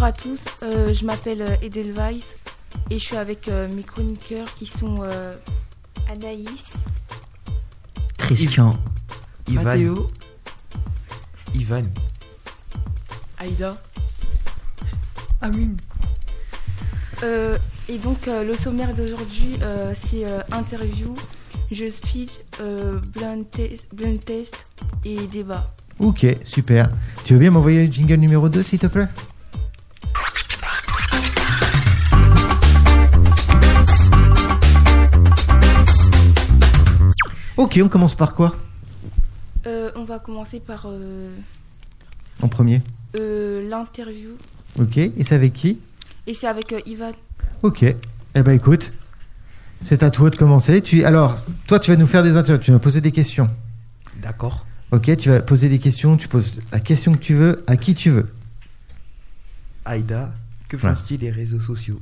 à tous, euh, je m'appelle Edelweiss et je suis avec euh, mes chroniqueurs qui sont euh, Anaïs, Christian. Ivan. Mathéo. Ivan. Aïda. Amine. Euh, et donc euh, le sommaire d'aujourd'hui, euh, c'est euh, interview, je speech, euh, blind, test, blind test et débat. Ok, super. Tu veux bien m'envoyer le jingle numéro 2, s'il te plaît Ok, on commence par quoi Euh, on va commencer par euh, en premier euh, l'interview Ok, et c'est avec qui et c'est avec euh, Ivan. Ok, eh ben écoute, c'est à toi de commencer. Tu... Alors, toi, tu vas nous faire des interviews, tu vas poser des questions. D'accord. Ok, tu vas poser des questions, tu poses la question que tu veux, à qui tu veux. Aïda, que Voilà. penses-tu des réseaux sociaux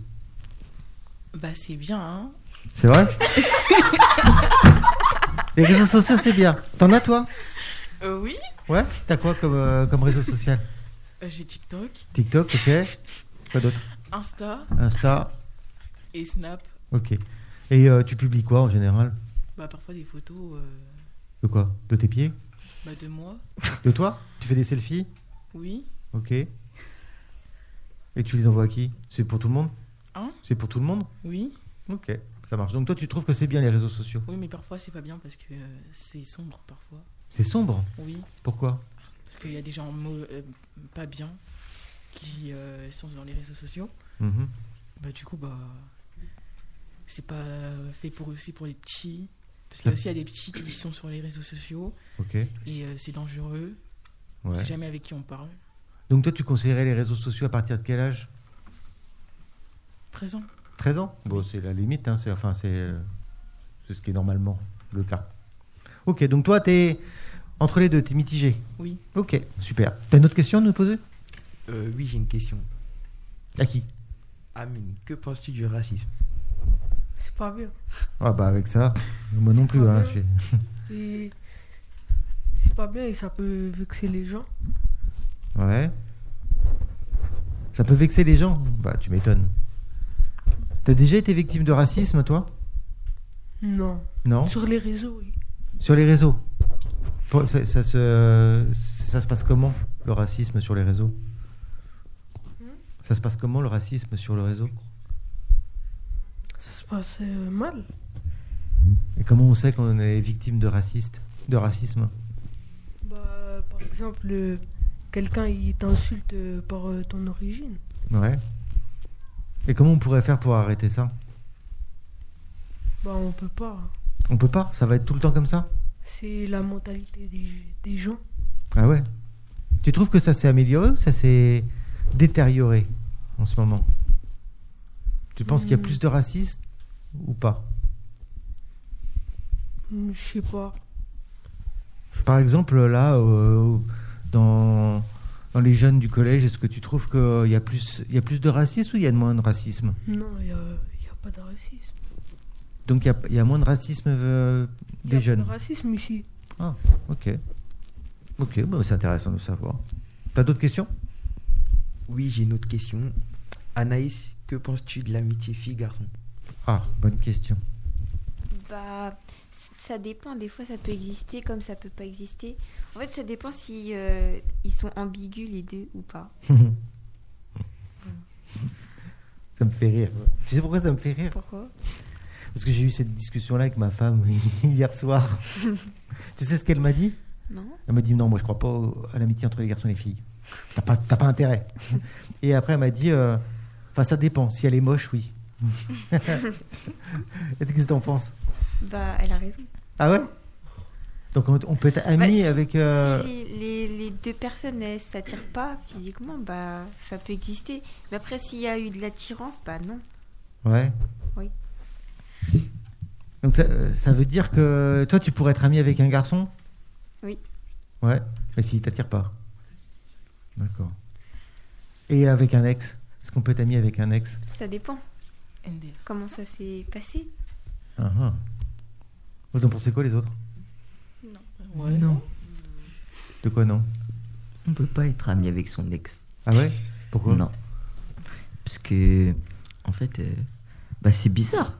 Bah c'est bien, hein. C'est vrai Les réseaux sociaux, c'est bien. T'en as, toi Euh, oui, Ouais T'as quoi comme, euh, comme réseau social euh, j'ai TikTok, TikTok, ok. Quoi d'autre Insta Insta, et Snap. ok. Et euh, tu publies quoi en général Bah parfois des photos euh, De quoi De tes pieds bah, de moi. De toi Tu fais des selfies Oui. Ok. Et tu les envoies à qui C'est pour tout le monde Hein C'est pour tout le monde Oui. Ok, ça marche. Donc toi, tu trouves que c'est bien les réseaux sociaux Oui, mais parfois c'est pas bien parce que euh, c'est sombre parfois. C'est sombre Oui. Pourquoi Parce qu'il y a des gens mau- euh, pas bien qui euh, sont dans les réseaux sociaux. Mhm. Bah du coup bah c'est pas fait pour aussi pour les petits parce qu'il y a aussi il y a des petits qui sont sur les réseaux sociaux Ok. et euh, c'est dangereux. On Ouais. sait jamais avec qui on parle. Donc toi, tu conseillerais les réseaux sociaux à partir de quel âge 13 ans. 13 ans Bon, c'est la limite, hein, c'est enfin, c'est, euh, c'est ce qui est normalement le cas. Ok, donc toi, t'es entre les deux, t'es mitigé. Oui. Ok, super. T'as une autre question à nous poser Euh, Oui, j'ai une question. À qui Amine, que penses-tu du racisme C'est pas bien. Ah bah avec ça, moi non C'est plus. pas hein, mal. je suis- Et c'est pas bien et ça peut vexer les gens. Ouais. Ça peut vexer les gens Bah tu m'étonnes. T'as déjà été victime de racisme, toi Non. Non Sur les réseaux, oui. Sur les réseaux Pour- ça, ça se, ça se passe comment, le racisme sur les réseaux Ça se passe comment, le racisme sur le réseau Ça se passe euh, mal. Et comment on sait qu'on est victime de, raciste, de racisme Bah, par exemple, euh, quelqu'un il t'insulte euh, par euh, ton origine. Ouais. Et comment on pourrait faire pour arrêter ça Bah, on peut pas. On peut pas Ça va être tout le temps comme ça C'est la mentalité des, des gens. Ah ouais Tu trouves que ça s'est amélioré ou ça s'est détérioré en ce moment Tu penses qu'il y a Hmm. plus de racistes ou pas Hmm, Je sais pas. Par exemple, là, euh, dans, dans les jeunes du collège, est-ce que tu trouves qu'il y, a plus- il y a plus de racisme ou il y a de moins de racisme Non, il y a, y a pas de racisme. Donc il y a- il y, a moins de racisme euh, Y a des pas jeunes. de racisme ici. Ok. Ok, bon, c'est intéressant de savoir. T'as d'autres questions Oui, j'ai une autre question. Anaïs, que penses-tu de l'amitié fille-garçon Ah, bonne question. Bah, c- ça dépend. Des fois, ça peut exister comme ça peut pas exister. En fait, ça dépend si euh, ils sont ambigus les deux ou pas. ça me fait rire. Tu sais pourquoi ça me fait rire Pourquoi Parce que j'ai eu cette discussion-là avec ma femme hier soir. tu sais ce qu'elle m'a dit Non. Elle m'a dit non, moi je crois pas au- à l'amitié entre les garçons et les filles. T'as pas, t'as pas intérêt. et après elle m'a dit, euh, enfin ça dépend. Si elle est moche, oui. Et Qu'est-ce que t'en penses Bah, elle a raison. Ah ouais Donc on, on peut être Bah, amis si- avec. euh, Si les, les- les deux personnes elles s'attirent pas physiquement, bah ça peut exister. Mais après, s'il y a eu de l'attirance, bah non. Ouais. Oui. Donc ça, euh, ça veut dire que toi tu pourrais être ami avec un garçon Oui. Ouais. Mais s'il t'attire pas. D'accord. Et avec un ex Est-ce qu'on peut être ami avec un ex Ça dépend. NDR. Comment ça s'est passé Ah, ah. Vous en pensez quoi les autres Ouais. Non, De quoi non on peut pas être ami avec son ex. Ah ouais Pourquoi Non. parce que en fait, euh, bah, c'est bizarre.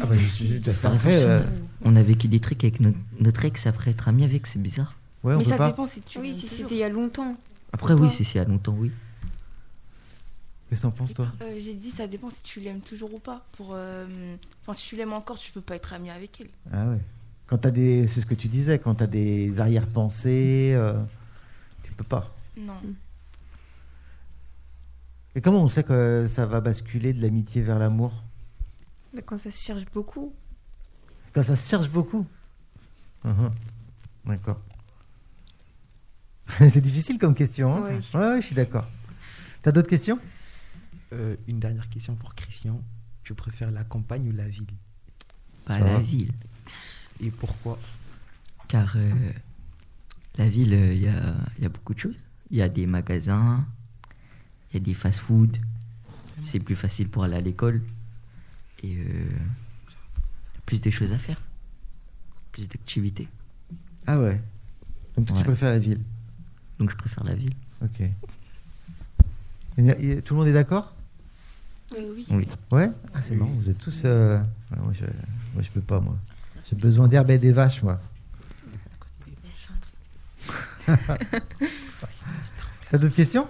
Ah bah, je suis tout à fait. Après, euh, On a vécu des trucs avec no- notre ex après être ami avec, c'est bizarre. ouais, on mais peut ça pas. dépend si tu. Oui, l'aimes si toujours. c'était il y a longtemps. Après, oui, Toi. si c'est à longtemps, oui. Qu'est-ce que t'en penses, toi Euh, J'ai dit ça dépend si tu l'aimes toujours ou pas. Pour, euh, enfin, si tu l'aimes encore, tu peux pas être ami avec elle. Ah ouais. Quand t'as des, c'est ce que tu disais, quand t'as des arrière-pensées, euh, tu peux pas. Non. Et comment on sait que ça va basculer de l'amitié vers l'amour Mais bah, quand ça se cherche beaucoup. Quand ça se cherche beaucoup Uhum. Ah, D'accord. c'est difficile comme question. hein Oui. Ouais, ouais, je suis d'accord. T'as d'autres questions Euh, une dernière question pour Christian. Je préfère la campagne ou la ville Pas Ça la va. ville. Et pourquoi Car euh, la ville, il y, a beaucoup de choses. Il y a des magasins, il y a des fast-food. C'est plus facile pour aller à l'école. Et euh, plus de choses à faire. Plus d'activités. Ah ouais. Donc toi, tu Ouais. préfères la ville. Donc je préfère la ville. Ok. Il y a- il y a- Tout le monde est d'accord Euh, oui. Oui. Ouais Ah, c'est marrant, vous êtes tous. euh, ouais, moi, je... moi, je peux pas, moi. J'ai besoin d'herbe et des vaches, moi. T'as d'autres questions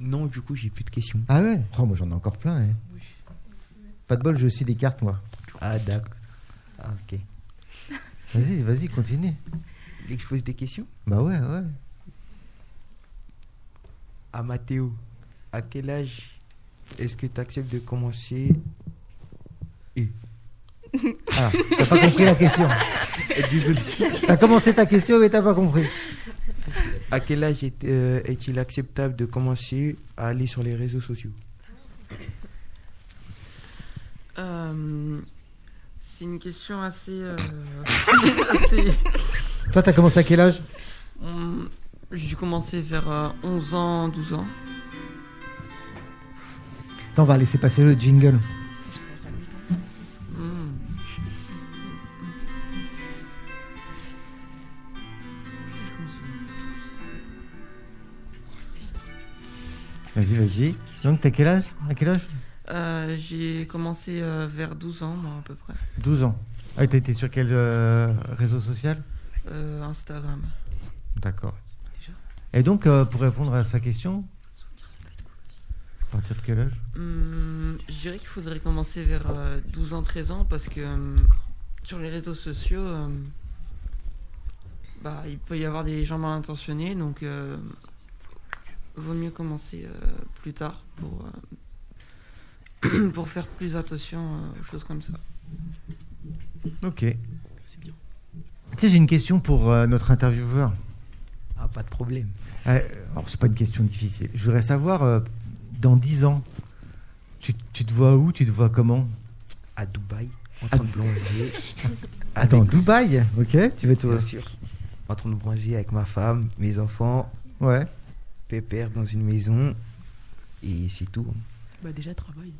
Non, du coup, j'ai plus de questions. Ah ouais Oh, moi, j'en ai encore plein. hein. Pas de bol, j'ai aussi des cartes, moi. Ah, d'accord. Ah, ok. Vas-y, vas-y, continue. Vous voulez que je pose des questions Bah ouais, ouais. à Mathéo, à quel âge est-ce que tu acceptes de commencer Ah, t'as pas compris la question. Eh, désolé. T'as commencé ta question, mais t'as pas compris. À quel âge est, euh, est-il acceptable de commencer à aller sur les réseaux sociaux Euh, c'est une question assez. euh, assez- Toi, t'as commencé à quel âge Hum, J'ai commencé vers euh, 11 ans, 12 ans. Attends, on va laisser passer le jingle. Hum. J'ai commencé Vas-y, vas-y. Donc, t'as quel âge À quel âge vers- Euh, J'ai commencé euh, vers 12 ans, moi, à peu près. 12 ans. Ah, t'as été sur quel euh, réseau social Euh, Instagram. D'accord. Déjà Et donc, euh, pour répondre à sa question, à partir de quel âge Hum, je dirais qu'il faudrait commencer vers euh, 12 ans, 13 ans parce que hum, sur les réseaux sociaux, hum, bah, il peut y avoir des gens mal intentionnés, donc euh, vaut mieux commencer euh, plus tard pour, euh, pour faire plus attention euh, aux choses comme ça. Ok. Tu C'est bien. sais, j'ai une question pour euh, notre intervieweur. Ah, pas de problème. Euh, alors, c'est pas une question difficile. Je voudrais savoir, euh, dans 10 ans, tu, tu te vois où Tu te vois comment À Dubaï, en train de bronzer. avec- Attends, Dubaï Ok, tu veux te... Bien sûr. En train de bronzer avec ma femme, mes enfants, Ouais. pépère dans une maison. Et c'est tout. Bah déjà, travaille.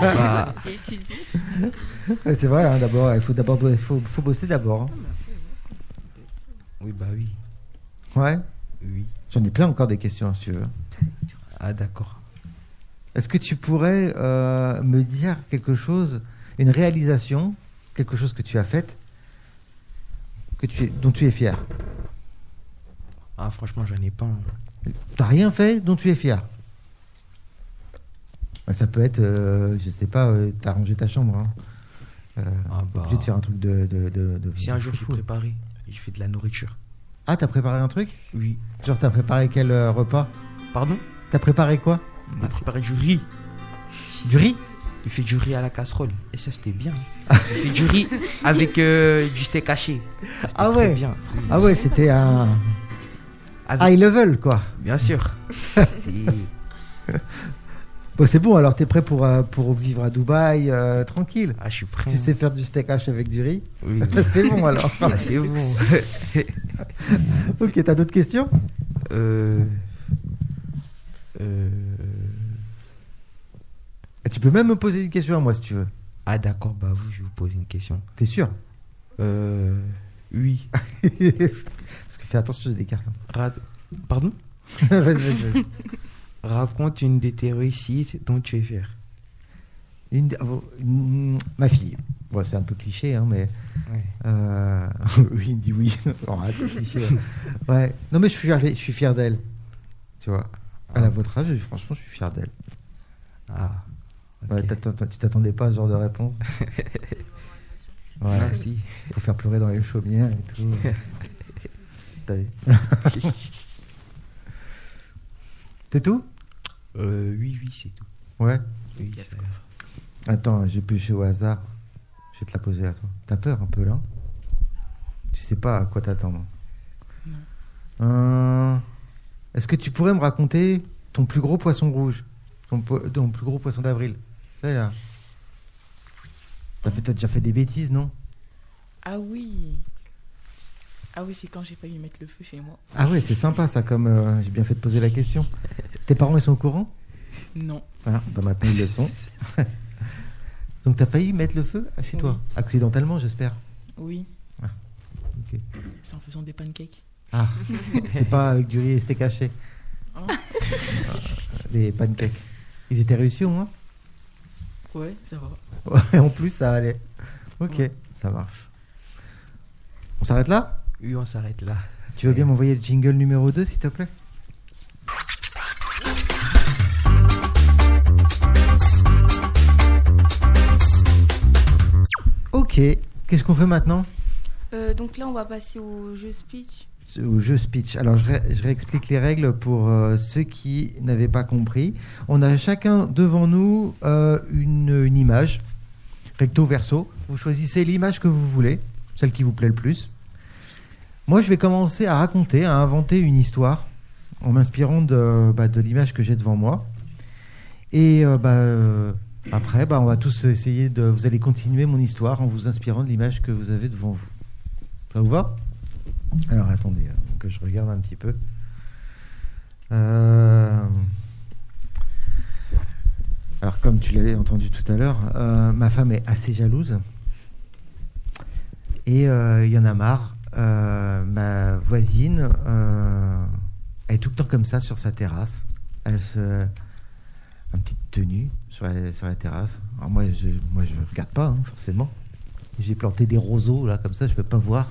Bah, Et tu dis Ouais, C'est vrai, hein, d'abord, il faut d'abord bo- faut, faut bosser d'abord. hein. oui, bah oui. Ouais. Oui. J'en ai plein encore des questions, hein, si tu veux. Ah, d'accord. Est-ce que tu pourrais euh, me dire quelque chose, une réalisation, quelque chose que tu as faite, que tu es- dont tu es fier Ah, franchement, j'en ai pas. hein. T'as rien fait dont tu es fier Ouais, Ça peut être, euh, je sais pas, euh, t'as rangé ta chambre. Hein. Euh, Ah, bah. obligé de faire un truc de. de, de, de- Si un de jour j'ai foufou. préparé, j'ai fait de la nourriture. Ah, t'as préparé un truc Oui. Genre, t'as préparé quel euh, repas Pardon T'as préparé quoi J'ai préparé du riz. Du riz Il fait du riz à la casserole. Et ça, c'était bien. Il fait du riz avec euh, du steak haché. Ça, c'était Ah très ouais. bien. Ah ouais, Ah c'était un Avec- high level quoi. Bien sûr. Et Bon, c'est bon, alors t'es prêt pour, euh, pour vivre à Dubaï euh, tranquille. Ah, je suis prêt. Tu sais faire du steak hash avec du riz Oui. C'est bon alors. Ah, c'est bon. ok, t'as d'autres questions Euh... Euh... Et Ah, Tu peux même me poser une question à moi si tu veux. Ah, d'accord, bah vous, je vais vous poser une question. T'es sûr Euh... Oui. Parce que fais attention, j'ai des cartes. hein. Rad- Pardon Vas-y, vas-y, vas-y. Raconte une des tes réussites dont tu es fier. Une de- oh, une- ma fille. Bon, c'est un peu cliché, hein, mais. Ouais. euh, oui, il me dit oui. Oh, arrête, c'est cliché. ouais. Non, mais je suis fier, je suis fier d'elle. Tu vois. Elle a votre âge, et franchement, ah, je suis fier d'elle. Ah. ok. Ouais, t'attends- t'attends- tu t'attendais pas à ce genre de réponse Ouais, Ah, si. faut faire pleurer dans les chaumières et tout. T'as vu T'es tout Euh, oui, oui, c'est tout. Ouais. Oui, c'est vrai. Attends, j'ai pêché au hasard. Je vais te la poser à toi. T'as peur un peu là hein Tu sais pas à quoi t'attendre. Euh, Est-ce que tu pourrais me raconter ton plus gros poisson rouge Ton, po- ton plus gros poisson d'avril C'est là. T'as fait- t'as déjà fait des bêtises, non Ah oui. Ah oui, c'est quand j'ai failli mettre le feu chez moi. Ah ouais, c'est sympa ça, comme euh, j'ai bien fait de poser la question. Tes parents, ils sont au courant Non. Ah, bah maintenant ils le sont. Donc t'as failli mettre le feu chez toi, accidentellement j'espère. Oui. Ah, ok. C'est en faisant des pancakes. Ah, c'était pas avec du riz, c'était caché. Hein Les pancakes. Ils étaient réussis au moins ouais, ça va. Ouais, en plus ça allait. Ok, Ouais. ça marche. On s'arrête là Oui, on s'arrête là. Tu veux bien m'envoyer le jingle numéro 2 s'il te plaît Ok, qu'est-ce qu'on fait maintenant Euh, donc là, on va passer au jeu speech. Ce- au jeu speech. Alors, je, ré- je réexplique les règles pour euh, ceux qui n'avaient pas compris. On a chacun devant nous euh, une, une image, recto verso. Vous choisissez l'image que vous voulez, celle qui vous plaît le plus. Moi, je vais commencer à raconter, à inventer une histoire en m'inspirant de, bah, de l'image que j'ai devant moi. Et euh, bah, euh, après, bah, on va tous essayer de. Vous allez continuer mon histoire en vous inspirant de l'image que vous avez devant vous. Ça vous va alors attendez, euh, que je regarde un petit peu. Euh, Alors comme tu l'avais entendu tout à l'heure, euh, ma femme est assez jalouse. Et euh, il y en a marre. Euh, ma voisine euh, elle est tout le temps comme ça sur sa terrasse. Elle se... Un petite tenue sur la, sur la terrasse. Alors moi, je moi, je regarde pas, hein, forcément. J'ai planté des roseaux, là, comme ça, je peux pas voir.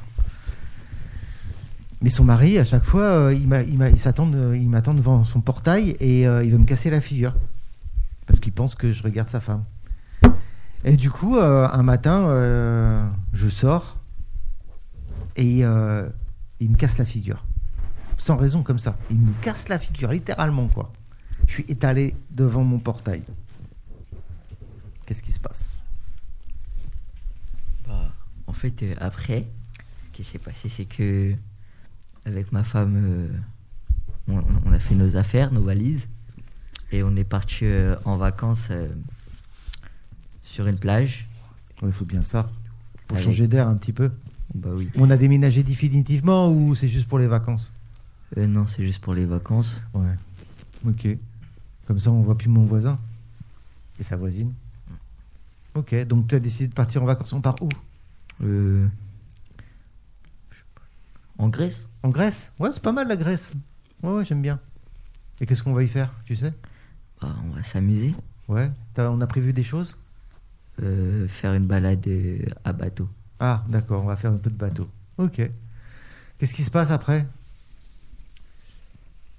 Mais son mari, à chaque fois, euh, il m'a- il m'a- il s'attend de- il m'attend devant son portail et euh, il veut me casser la figure. Parce qu'il pense que je regarde sa femme. Et du coup, euh, un matin, euh, je sors et euh, il me casse la figure. Sans raison, comme ça. Il me casse la figure, littéralement, quoi. Je suis étalé devant mon portail. Qu'est-ce qui se passe Bah, en fait, euh, après, ce qui s'est passé, c'est que avec ma femme, euh, on, on a fait nos affaires, nos valises, et on est parti euh, en vacances euh, sur une plage. Ouais, Il faut bien Ah ça. Pour Allez. changer d'air un petit peu. Bah oui. On a déménagé définitivement ou c'est juste pour les vacances Euh, non, c'est juste pour les vacances. Ouais. Ok. Comme ça, on voit plus mon voisin et sa voisine. Ok. Donc, tu as décidé de partir en vacances. On part où Euh, je sais pas. en Grèce En Grèce Ouais, c'est pas mal la Grèce. Ouais, ouais, j'aime bien. Et qu'est-ce qu'on va y faire Tu sais Bah, On va s'amuser, Ouais. T'as- On a prévu des choses euh, faire une balade euh, à bateau. Ah, d'accord. On va faire un peu de bateau. Ok. Qu'est-ce qui se passe après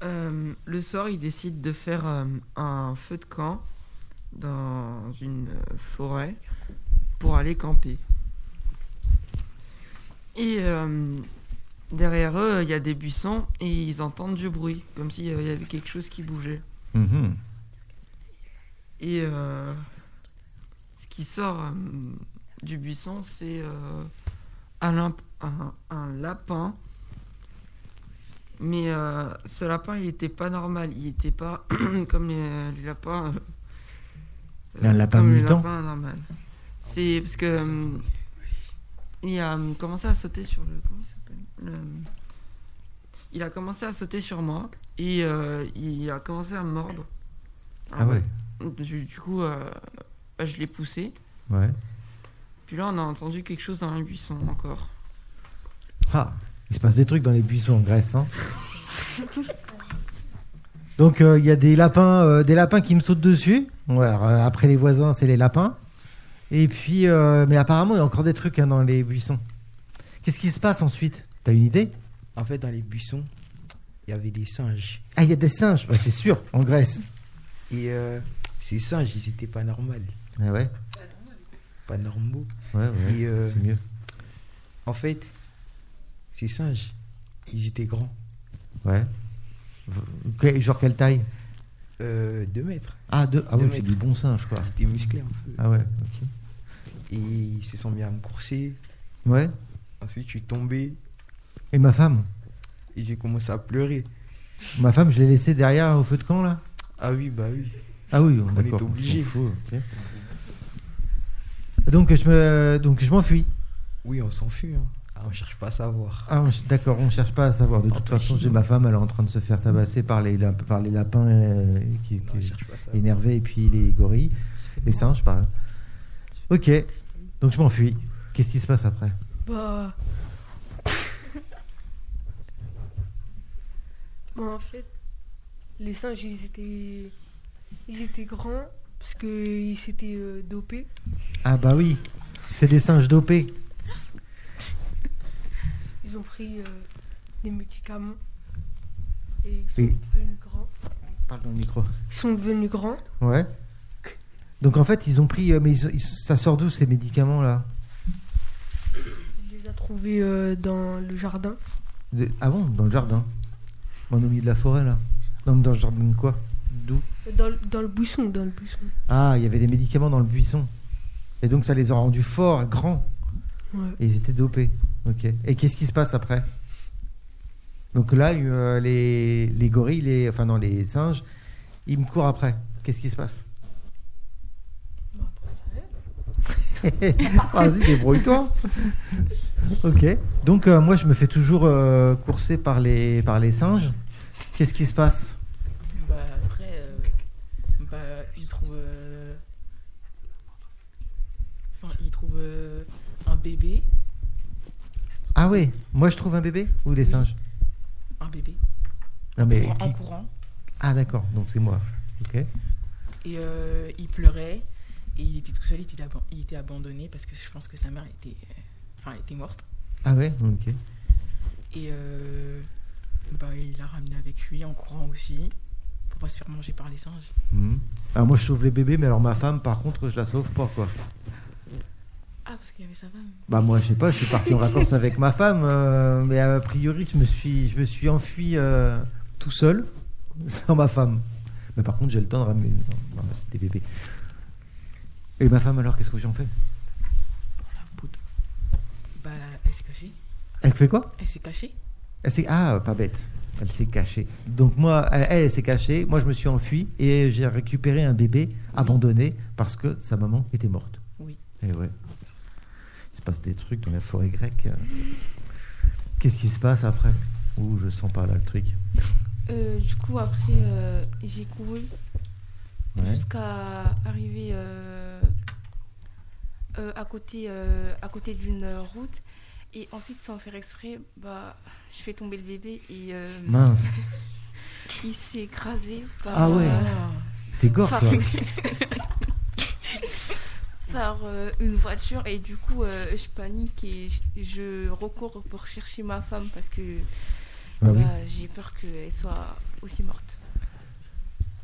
Euh, le sort, il décide de faire euh, un feu de camp dans une euh, forêt pour aller camper. Et euh, derrière eux, il y a des buissons et ils entendent du bruit, comme s'il y avait il y avait quelque chose qui bougeait. Mhm. Et euh, ce qui sort euh, du buisson, c'est euh, un, lamp- un- un lapin. Mais euh, ce lapin, il n'était pas normal. Il n'était pas comme les, les lapins. euh, Un lapin comme les mutant lapins normal. C'est parce que. euh, il a euh, commencé à sauter sur le. Comment il s'appelle Le- Il a commencé à sauter sur moi et euh, il a commencé à me mordre. Ah ouais. Du, du coup, euh, bah, je l'ai poussé. Ah Ouais. Puis là, on a entendu quelque chose dans un buisson encore. Ah, il se passe des trucs dans les buissons en Grèce, hein Donc euh, il y a des lapins, euh, des lapins qui me sautent dessus. Ouais, alors, euh, après les voisins, c'est les lapins. Et puis, euh, mais apparemment, il y a encore des trucs hein, dans les buissons. Qu'est-ce qui se passe ensuite T'as une idée En fait, dans les buissons, il y avait des singes. Ah, il y a des singes. Ouais, c'est sûr, en Grèce. Et euh, ces singes, ils étaient pas normaux. Ah ouais, Pas normaux. ouais, ouais. Et, euh, C'est mieux. En fait, ces singes, ils étaient grands. Ouais. Que- genre quelle taille Euh, deux mètres. Ah, deux. Ah Deux oui, c'est mètres. du bon singe, quoi. Ils étaient musclés un peu. Ah ouais, ok. Et ils se sont mis à me courser. Ouais. Ensuite, je suis tombé Et ma femme et j'ai commencé à pleurer. Ma femme, je l'ai laissée derrière au feu de camp, là Ah oui, bah oui. Ah oui, On d'accord, est obligé. on s'en fout, ok. Donc je me, donc je m'enfuis. Oui, on s'enfuit. Hein. Ah, on cherche pas à savoir. Ah, on- d'accord, on cherche pas à savoir. De toute façon, j'ai ma femme, elle est en train de se faire tabasser par les, lap- par les lapins euh, qui, qui- Non, on cherche pas à savoir. énervés et puis les gorilles, les singes, par Ok, donc je m'enfuis. Qu'est-ce qui se passe après Bah. bah, en fait, les singes, ils étaient. Ils étaient grands parce qu'ils s'étaient euh, dopés. Ah bah oui, c'est des singes dopés. Ils ont pris euh, des médicaments. Et ils sont Oui. devenus grands. Parle dans le micro. Ils sont devenus grands. Ouais. Donc en fait, ils ont pris, euh, mais ils- ils- ça sort d'où ces médicaments là Il les a trouvés euh, dans le jardin. De- Ah bon, dans le jardin. On est au milieu de la forêt là. Donc dans le jardin de quoi D'où Dans, le- dans le buisson, dans le buisson. Ah, il y avait des médicaments dans le buisson. Et donc ça les a rendus forts, grands. Ouais. Et ils étaient dopés. Ok. Et qu'est-ce qui se passe après Donc là, euh, les, les gorilles, les, enfin non, les singes, ils me courent après. Qu'est-ce qui se passe Bah, après ça, ouais. Vas-y, débrouille-toi. ok. Donc euh, moi, je me fais toujours euh, courser par les, par les singes. Qu'est-ce qui se passe Bah, après, euh, bah, il trouve. euh, Enfin, il trouve euh, un bébé. Ah oui, moi je trouve un bébé ou les singes Un bébé. Non mais en- en qui- courant. ah d'accord, donc c'est moi. Ok. Et euh, il pleurait. Et il était tout seul. Il était, aban- il était abandonné parce que je pense que sa mère était. euh, Enfin, elle était morte. Ah ouais, ok. Et euh, bah, il l'a ramené avec lui en courant aussi. Pour pas se faire manger par les singes. Mhm. Alors moi je sauve les bébés, mais alors ma femme par contre je la sauve pas quoi. Ah, parce qu'il y avait sa femme. Bah moi je sais pas, je suis parti en vacances avec ma femme, euh, mais a priori je me suis, je me suis enfui euh, tout seul, sans ma femme. Mais par contre j'ai le temps de ramener... Non, non, c'est des bébés. Et ma femme alors qu'est-ce que j'en fais La poudre. Bah, elle s'est cachée. Elle fait quoi Elle s'est cachée. Elle s'est- Ah pas bête, elle s'est cachée. Donc moi, elle, elle s'est cachée, moi je me suis enfui et j'ai récupéré un bébé abandonné parce que sa maman était morte. Oui. Et ouais. Il se passe des trucs dans la forêt grecque. euh. Qu'est-ce qui se passe après Ouh, je sens pas là le truc. Euh, du coup, après, euh, j'ai couru Ouais. jusqu'à arriver euh, euh, à côté, euh, à côté d'une euh, route. Et ensuite, sans faire exprès, bah, je fais tomber le bébé et euh, Mince, il s'est écrasé par, Ah ouais. euh, t'es gore par, toi. par, euh, une voiture. Et du coup, euh, je panique et je, je recours pour chercher ma femme parce que Bah oui. bah, j'ai peur qu'elle soit aussi morte.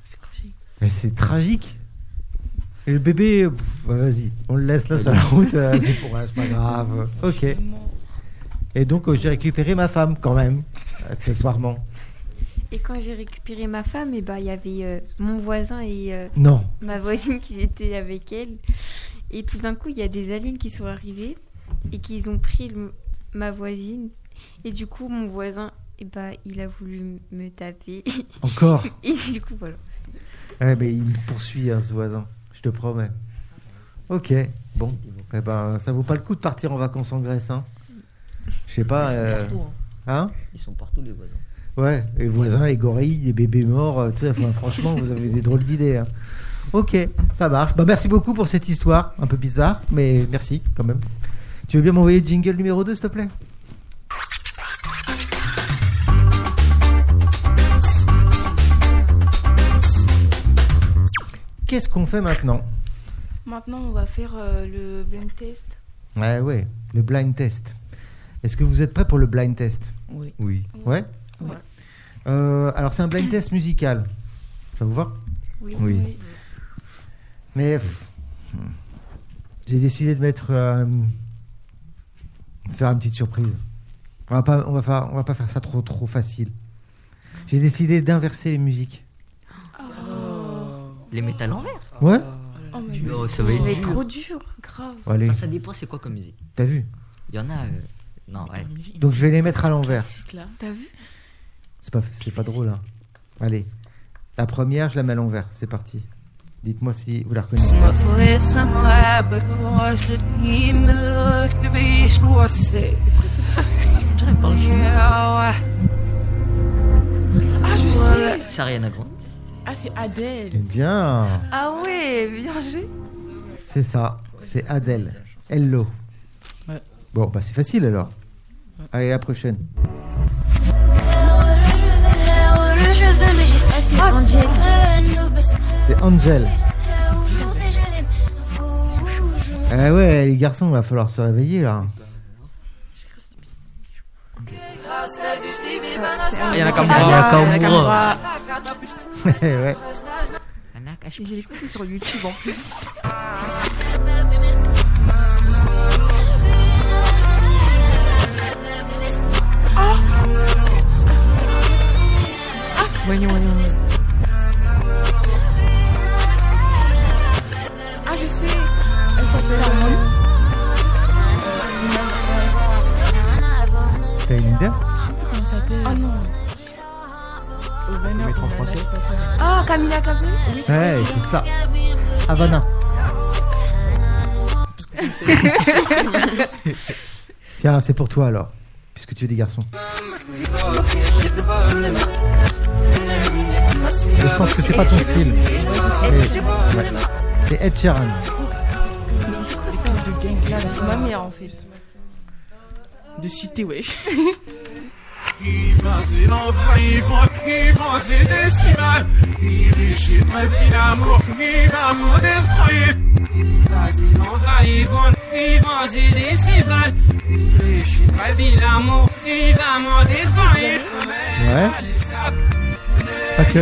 Elle s'est cachée. Mais c'est tragique. Et le bébé, euh, pff, bah, vas-y, on le laisse là sur la route, euh, c'est pour elle, c'est pas grave. Ok. Et donc euh, j'ai récupéré ma femme quand même, accessoirement. Et quand j'ai récupéré ma femme, et bah, il y avait euh, mon voisin et euh, Non. ma voisine qui étaient avec elle. Et tout d'un coup, il y a des aliens qui sont arrivés et qu'ils ont pris le- ma voisine. Et du coup, mon voisin, et bah, il a voulu m- me taper. Encore et du coup, voilà. Eh ben, il me poursuit, hein, ce voisin. Je te promets. Ok, bon. Eh ben, ça vaut pas le coup de partir en vacances en Grèce, hein. Je sais pas. Ils sont Ah. euh, partout, hein. Hein Ils sont partout, les voisins. Ouais, les voisins, les gorilles, les bébés morts. euh, tu sais, enfin, franchement, vous avez des drôles d'idées. hein. Ok, ça marche. Bah, merci beaucoup pour cette histoire, un peu bizarre, mais merci quand même. Tu veux bien m'envoyer le jingle numéro 2, s'il te plaît Qu'est-ce qu'on fait maintenant Maintenant, on va faire euh, le blind test. Ouais, ouais, le blind test. Est-ce que vous êtes prêts pour le blind test Oui. Oui. Ouais Ouais. Euh, alors, c'est un blind test musical. Ça vous va Oui. Oui. Mais pff, hmm. j'ai décidé de mettre euh, faire une petite surprise. On va pas, on va faire, on va pas faire ça trop trop facile. J'ai décidé d'inverser les musiques. Oh. Les métal en verre Ah. Ah. Ouais. Ah. Oh, mais Non, ça va Ça va être être dur. trop dur. grave. Allez, Enfin, Ah, ça dépend, c'est quoi comme musique t'as vu Il y en a. euh, Non, Oh, ouais. Donc je vais les mettre à l'envers. là. T'as vu C'est pas, c'est pas drôle. hein. Allez, la première, je la mets à l'envers. C'est parti. Dites-moi si vous la reconnaissez. Ah, je sais Ça rien à Grande Ah, c'est Adèle. Eh Bien, Ah ouais, bien joué. c'est ça. C'est Adèle. Hello. Ouais. Bon, bah c'est facile alors. Allez, la prochaine. C'est Angel. Eh ouais, les garçons, va falloir se réveiller là. Il y en a comme Ah, moi. Nakamura. Eh ouais. J'ai l'écouté sur YouTube en plus. Voyons, voyons. Ah, je sais Elle s'appelle Harmonie. T'as une idée Je sais plus comment elle s'appelle. Oh non. Au banner, mettre on en a- français. je sais pas comment. Ah, Camila Cabello Ouais, c'est ça. Havana. Tiens, c'est pour toi alors, puisque tu es des garçons. Mais je pense que c'est pas ton style. Mais- ouais. C'est Ed Sheeran. de gang là, Ma mère en fait. de cité, wesh. Ouais. Pas que.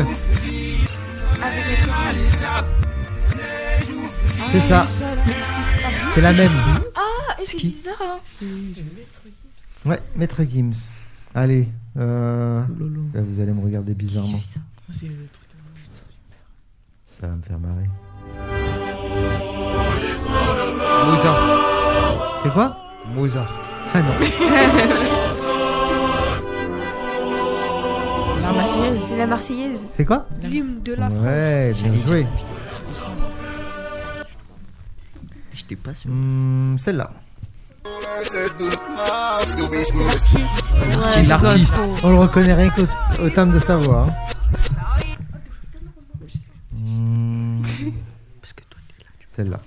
C'est ça. C'est la même. Ah, et c'est bizarre. Hein. Ouais, Maître Gims. Allez. euh, Là, vous allez me regarder bizarrement. Oh, C'est le truc. Ça va me faire marrer. Mozart. C'est quoi Mozart. Ah non. La Marseillaise. C'est la Marseillaise. C'est quoi L'hymne de la France. Ouais, bien joué. J'étais pas sûr. Hmm, Celle-là. C'est l'artiste. On le reconnaît rien qu'au au timbre de sa voix. hein. Hmm, Parce que toi, t'es là. Celle-là.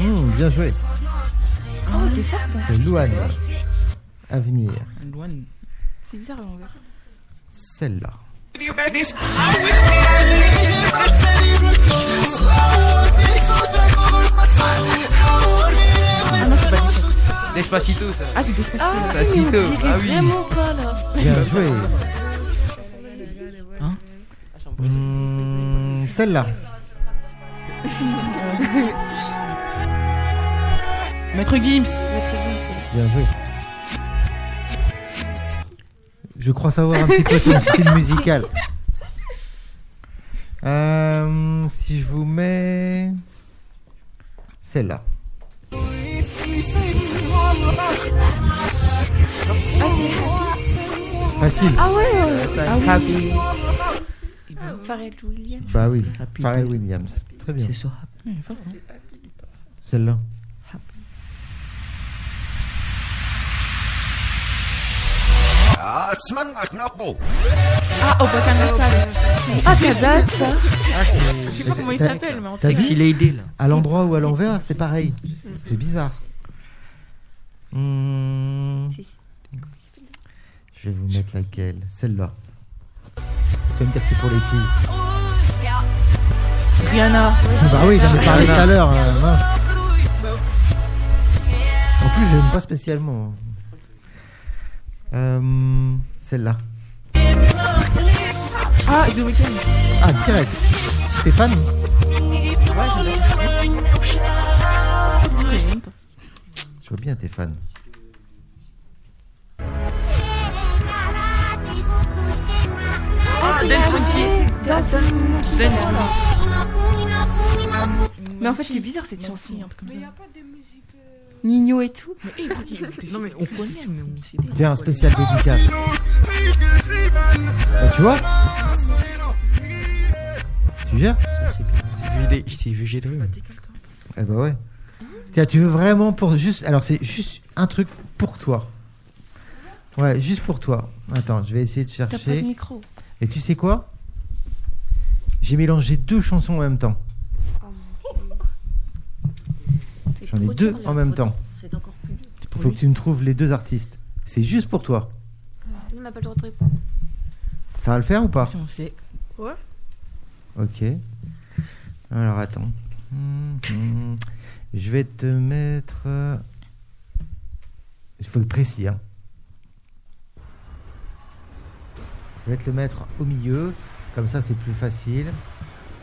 Hmm, bien joué. Oh, t'es fort. toi. C'est Louane. Avenir. Loane. C'est bizarre à l'envers. Celle-là. Despacito, ça. Ah, c'est Despacito. Ah, Ça, oui, si on tôt. dirait Ah oui. vraiment pas là. Bien joué. Hein Hmm, Celle-là. Maître Gims. Bien joué. Je crois savoir un petit peu ton style musical. Euh, si je vous mets celle-là. Facile. Ah Pharrell Williams. Bah oui. Happy Pharrell Day. Williams. Très bien. C'est ça. Ouais, fort, hein. Celle-là. Ah, oh, bah, Ah, ça date ça Je sais pas comment il T'as- s'appelle, mais en tout t'as cas. vu qu'il est aidé là. À l'endroit ou à l'envers, c'est pareil. C'est bizarre. Hmm, C'est- je vais vous mettre laquelle Celle-là. Tu vas me dire que c'est pour les filles. Rihanna. bah oui, j'en ai parlé tout à l'heure. euh, mince. En plus, je n'aime pas spécialement. Euh, Celle-là. Ah, The Weeknd. Ah, direct. Stéphane Je connais même pas. Je vois bien tes fans. Ah, Dance Monkey. Dance Monkey. Mais en fait, c'est bizarre cette chanson. Oui, un truc comme ça. Nino et tout. Mais, eh, pourquoi il écoutait Non, ça mais on connaît, mais on sait pas. Tiens, un spécial dédicace. Bah, tu vois Tu gères Je t'ai vu, j'ai trouvé. Eh bah ouais. Tiens, tu veux vraiment pour juste. Alors, c'est juste un truc pour toi. Ouais, juste pour toi. Attends, je vais essayer de T'as pas de chercher. micro. Et tu sais quoi J'ai mélangé deux chansons en même temps. J'en ai deux en même temps. C'est encore plus dur. Il faut que tu me trouves les deux artistes. C'est juste pour toi. On n'a pas le droit de répondre. Ça va le faire ou pas Si on sait. Ok. Alors attends. Hmm, hmm. Je vais te mettre. euh, Il faut le précis. hein. Je vais te le mettre au milieu. Comme ça, c'est plus facile.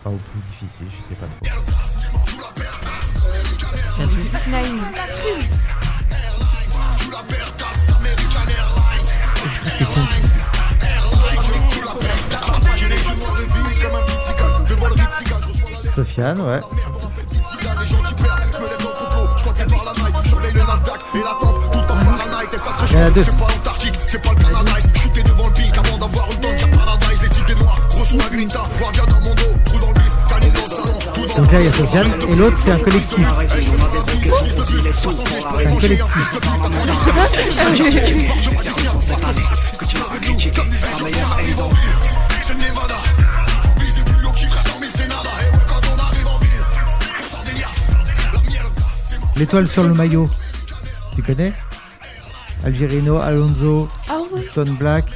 Enfin, ou plus difficile, je sais pas trop. Sofiane, ouais. Il y en a deux. Donc là, il y a Sofiane et l'autre, c'est un collectif. C'est un collectif. L'étoile sur le maillot, tu connais Algerino, Alonso, Ah ouais. Stone Black,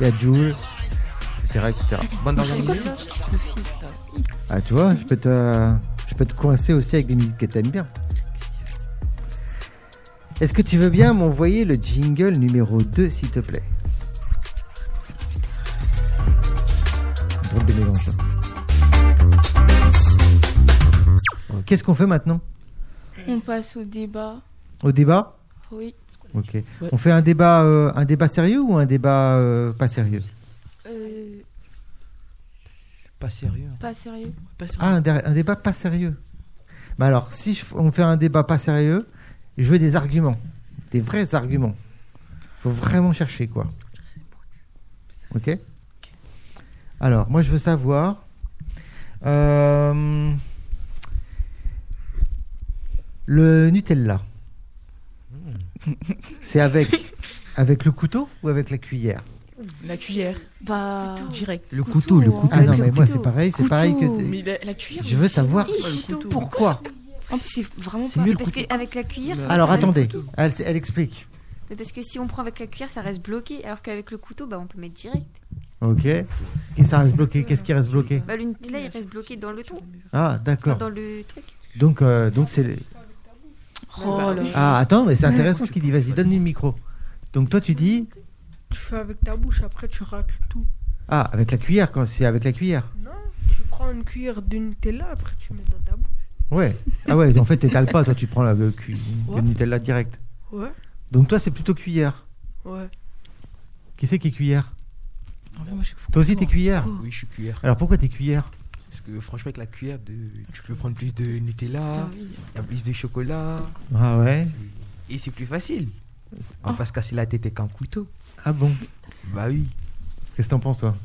il y a Jules, etc. etc. Bande C'est quoi organisée. ça Ah, tu vois, je peux te, je peux te coincer aussi avec des musiques que t'aimes bien. Est-ce que tu veux bien m'envoyer le jingle numéro 2, s'il te plaît Drôle de mélange. hein. Qu'est-ce qu'on fait maintenant On passe au débat. Au débat Oui. Ok. On fait un débat, euh, un débat sérieux ou un débat euh, pas sérieux Euh, Pas sérieux. pas sérieux. Pas ça. Ah, un, dé- un débat pas sérieux. Bah alors, si je f- on fait un débat pas sérieux, je veux des arguments, des vrais arguments. Faut vraiment chercher quoi. Ok. Alors, moi, je veux savoir. euh, le Nutella. Hmm. C'est avec avec le couteau ou avec la cuillère La cuillère, Bah. direct. Le couteau, le hein. couteau. Ah non, le mais moi couteau. c'est pareil, c'est pareil que. Couteau. Mais la, la cuillère. Je veux savoir pourquoi. En plus, c'est vraiment C'est pas. mieux le Parce couteau. qu'avec la cuillère. ça Ah, Alors reste- attendez, elle, elle explique. Mais parce que si on prend avec la cuillère, ça reste bloqué. Alors qu'avec le couteau, bah, on peut mettre direct. Ok. Et ça reste bloqué. Qu'est-ce qui reste bloqué Bah, le Nutella, il reste bloqué dans le trou. Ah, Enfin, d'accord. Dans le truc. Donc, euh, donc c'est. le- Oh là là. Ah, attends, mais c'est intéressant ce qu'il dit. Vas-y, donne-lui le micro. Donc toi, tu dis. Tu fais avec ta bouche, après tu racles tout. Ah, avec la cuillère, quand c'est avec la cuillère. Tu prends une cuillère de Nutella, après tu mets dans ta bouche. Ouais. Ah ouais. En fait, t'étales pas. Toi, tu prends la, le cu- le Ouais. Nutella direct. Ouais, Donc toi, c'est plutôt cuillère. ouais. Qui c'est qui est cuillère En vrai, moi, je suis fou. Toi aussi, t'es cuillère. Oui, je suis cuillère. Alors pourquoi t'es cuillère Parce que franchement, avec la cuillère, de... tu peux prendre plus de Ah Nutella, y a plus de chocolat. Ah ouais. c'est- Et c'est plus facile. Ah. On va pas se casser la tête avec un couteau. Ah bon. Bah oui. Qu'est-ce que t'en penses toi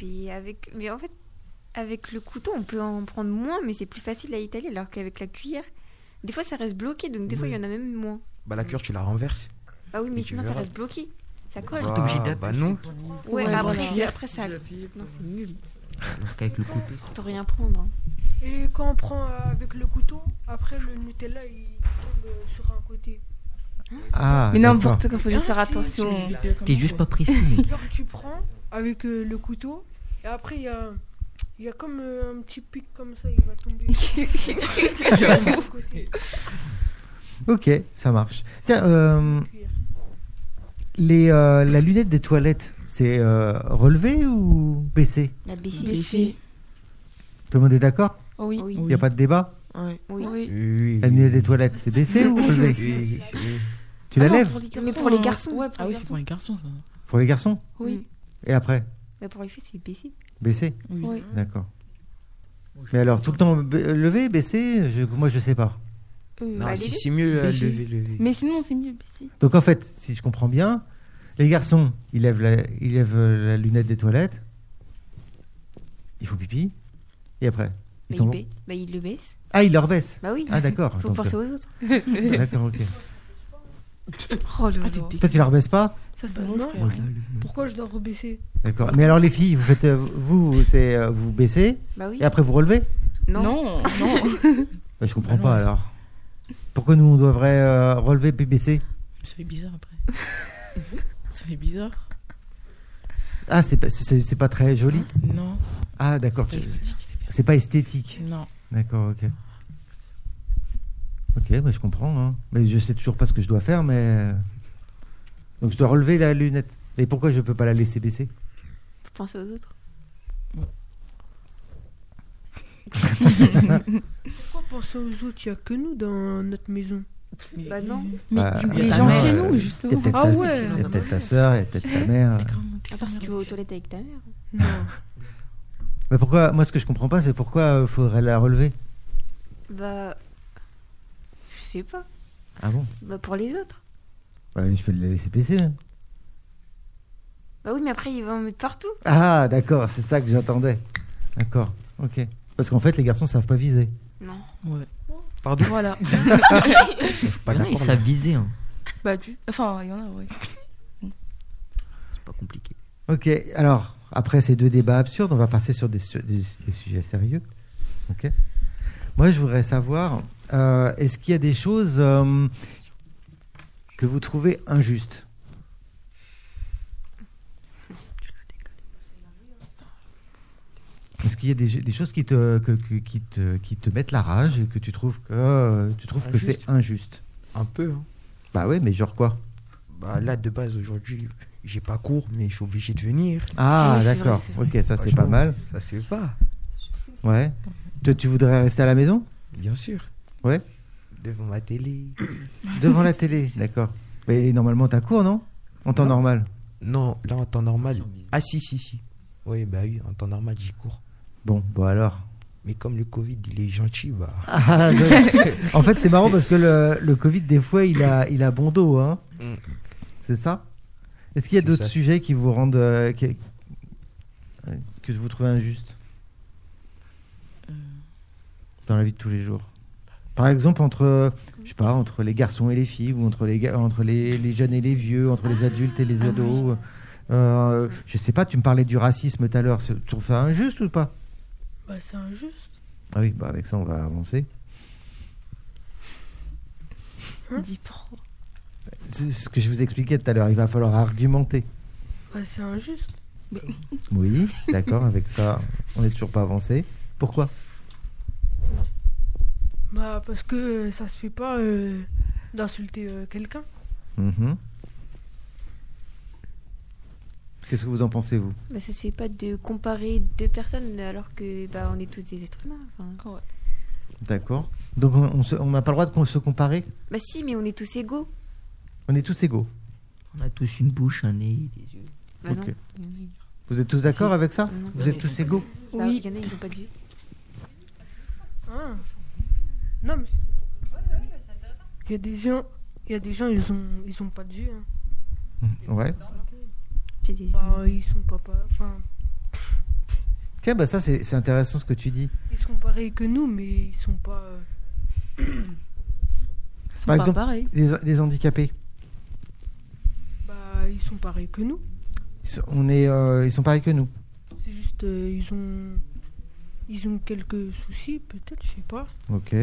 Mais, avec... mais en fait, avec le couteau, on peut en prendre moins, mais c'est plus facile à étaler. Alors qu'avec la cuillère, des fois, ça reste bloqué. Donc, des fois, il y en a même moins. Bah la cuillère, tu la renverses. Bah oui, mais tu sinon, ça verras. reste bloqué. Ça colle. T'es obligé d'appuyer bah non. sur le poignet. Ouais, Ouais, bah voilà. après, Cuillère. après ça. Non, c'est nul. Alors qu'avec le couteau, T'en rien prendre. hein. Et quand on prend euh, avec le couteau, après le Nutella il tombe euh, sur un côté. Ah, Mais d'accord. n'importe quoi, faut juste faire Ah, si, si, attention. t'es juste pas précis, mec. Genre tu prends avec euh, le couteau et après il y a, il y a comme euh, un petit pic comme ça, il va tomber sur le côté. Ok, ça marche. Tiens, euh, Cuillère. les, euh, la lunette des toilettes, c'est euh, relevé ou baissé La BC. Baisser. Tout le monde est d'accord Oh Hein oui. Oui. Il n'y a pas de débat Ouais. Oui. Oui. Oui. La lunette des toilettes, c'est baissé ou relevé Oui, oui. Tu la Ah non, lèves pour les Mais garçons, pour les hein. garçons. Ouais, pour Ah les oui, c'est garçons. pour les garçons, ça. pour les garçons Oui. Et après Mais Bah, pour les filles, c'est baissé. Baissé Oui. Oui. D'accord. Mais alors, tout le temps b- levé, baissé je- Moi, je sais pas. Euh, Non, bah, si les deux. c'est mieux euh, Baisser. lever, lever. Mais sinon, c'est mieux baisser. Donc, en fait, si je comprends bien, les garçons, ils lèvent la, ils lèvent euh, la lunette des toilettes, ils font pipi, et après Bah, ils sont il, bons. ba- bah, il le baisse. Ah, ils leur baissent Bah oui. Ah, d'accord. Faut Donc, penser aux autres. euh, D'accord, ok. Oh là là. Ah, t'es- t'es- Toi, tu leur baisses pas Ça, c'est Bah, mon non. frère. Pourquoi je dois rebaisser D'accord. Mais alors les filles, vous faites euh, vous, c'est euh, vous baissez Bah oui. et après vous relevez Non. Non, non. Bah, Je comprends Bah non, pas c'est- alors. Pourquoi nous on devrait euh, relever puis baisser Ça fait bizarre après. ça fait bizarre. Ah c'est pas c'est- c'est c'est pas très joli. Non. Ah d'accord. pas tu- esthétique. C'est pas esthétique. Non. D'accord, ok. Ok, bah, je comprends. hein. Mais je sais toujours pas ce que je dois faire, mais euh, donc je dois relever la lunette. Et pourquoi je peux pas la laisser baisser Faut penser aux autres. Pourquoi penser aux autres Il n'y a que nous dans notre maison. Bah non. Mais Bah, du- bah, les ta gens mère, chez euh, nous, t'es justement. peut-être Ah ta- ouais. t'es peut-être ta sœur, et peut-être ta mère. À part si tu vas aux toilettes avec ta mère. Non. Mais pourquoi Moi, ce que je comprends pas, c'est pourquoi euh, faudrait la relever. Bah. Je sais pas. Ah bon Bah pour les autres. Ouais, Bah, je peux la laisser baisser. hein. Bah oui, mais après, ils vont en mettre partout. Ah, d'accord, c'est ça que j'attendais. D'accord, ok. Parce qu'en fait, les garçons savent pas viser. Non. Ouais. Pardon. Voilà. Je suis pas Il y en a, ils d'accord. savent viser, hein. Bah, du- Enfin, il y en a, oui. C'est pas compliqué. Ok, alors, après ces deux débats absurdes, on va passer sur des, su- des- des sujets sérieux. Ok Moi, je voudrais savoir, euh, est-ce qu'il y a des choses euh, que vous trouvez injustes Est-ce qu'il y a des, des choses qui te, que- que- qui, te, qui te mettent la rage et que tu trouves que, euh, tu trouves que c'est Injuste injuste Un peu. hein. Bah oui, mais genre quoi Bah là de base aujourd'hui j'ai pas cours mais je suis obligé de venir. Ah, Oui, c'est vrai, d'accord. c'est vrai. Ok, ça c'est pas Franchement, mal. Ça se fait pas. Ouais. Toi, tu voudrais rester à la maison Bien sûr. Ouais. Devant ma télé. Devant la télé, d'accord. Mais normalement, t'as cours, non En temps Non. normal Non, là en temps normal. Ah si si si. Oui bah oui en temps normal j'y cours. Bon, bon alors. Mais comme le Covid il est gentil bah. Ah, je- en fait, c'est marrant parce que le, le Covid, des fois, il a, il a bon dos, hein Mm. C'est ça Est-ce qu'il y a C'est d'autres ça. sujets qui vous rendent. euh, qui- euh, que vous trouvez injustes Dans la vie de tous les jours par exemple, entre, je sais pas, entre les garçons et les filles, ou entre les, ga- entre les, les jeunes et les vieux, entre les adultes et les ados. Euh, je sais pas, tu me parlais du racisme tout à l'heure. c'est- Tu trouves ça injuste ou pas Bah c'est injuste. Ah oui, bah avec ça, on va avancer. Hein Dis pro. C'est ce que je vous expliquais tout à l'heure. Il va falloir argumenter. Bah c'est injuste. Oui, d'accord, avec ça, on n'est toujours pas avancé. Pourquoi Bah parce que euh, ça se fait pas euh, d'insulter euh, quelqu'un. Mhm. Qu'est-ce que vous en pensez, vous Bah ça se fait pas de comparer deux personnes alors que bah on est tous des êtres humains. Enfin. D'accord. Donc, on on se- on n'a pas le droit de con- se comparer Bah si, mais on est tous égaux. On est tous égaux. On a tous une bouche, un nez, des yeux. Bah Ok. non. Vous êtes tous d'accord avec ça Non. Vous êtes tous égaux Bah, Oui. Il y en a, ils ont pas de vue. Hein non mais c'était pour... hein. Il y a des gens, il y a des gens ils ont ils ont pas de yeux. hein. Ouais. C'est des- Bah ils sont pas pas enfin Tiens, bah ça, c'est c'est intéressant ce que tu dis. ils sont pareils que nous mais ils sont pas euh, Ils Par sont pas exemple- pareils. Les, les handicapés. bah Bah, ils sont pareils que nous. Ils sont- On est, euh, ils sont pareils que nous. C'est juste, euh, ils ont. Ils ont quelques soucis, peut-être, je sais pas. Ok.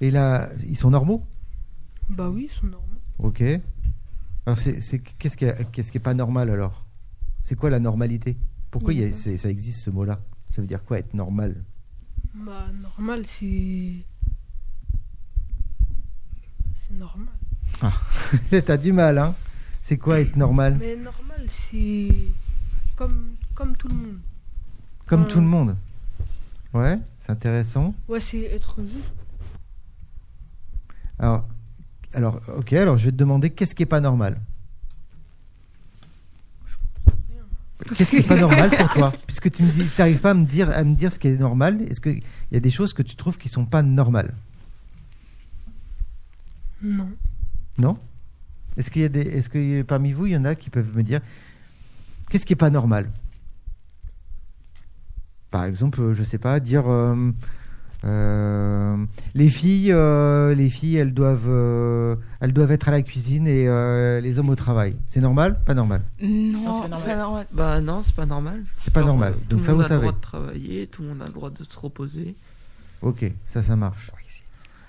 Et là, ils sont normaux Bah oui, ils sont normaux. Ok. Alors, c'est, c'est- qu'est-ce, qui est, qu'est-ce qui est pas normal alors C'est quoi la normalité Pourquoi il y a- c'est- ça existe ce mot-là Ça veut dire quoi être normal Bah, normal, c'est. C'est normal. T'as du mal, hein C'est quoi être normal Mais normal, c'est. Comme, comme tout le monde. Comme euh, tout le monde. Ouais, c'est intéressant. Ouais, c'est être juste. Alors, alors, ok, alors je vais te demander qu'est-ce qui est pas normal Qu'est-ce qui est pas normal pour toi Puisque tu me dis, t'arrives pas à me dire, à me dire ce qui est normal. Est-ce qu'il y a des choses que tu trouves qui sont pas normales Non. Non Est-ce qu'il y a des, est-ce que parmi vous, il y en a qui peuvent me dire qu'est-ce qui est pas normal Par exemple, euh, je sais pas, dire euh, euh, les filles, euh, les filles, elles doivent, euh, elles doivent être à la cuisine et euh, les hommes au travail. C'est normal Pas normal. Non, Non, c'est pas c'est pas normal. Bah non, c'est pas normal. C'est pas Genre, normal. euh, Donc ça, vous Tout le monde a le savez. droit de travailler, tout le monde a le droit de se reposer. Ok, ça, ça marche.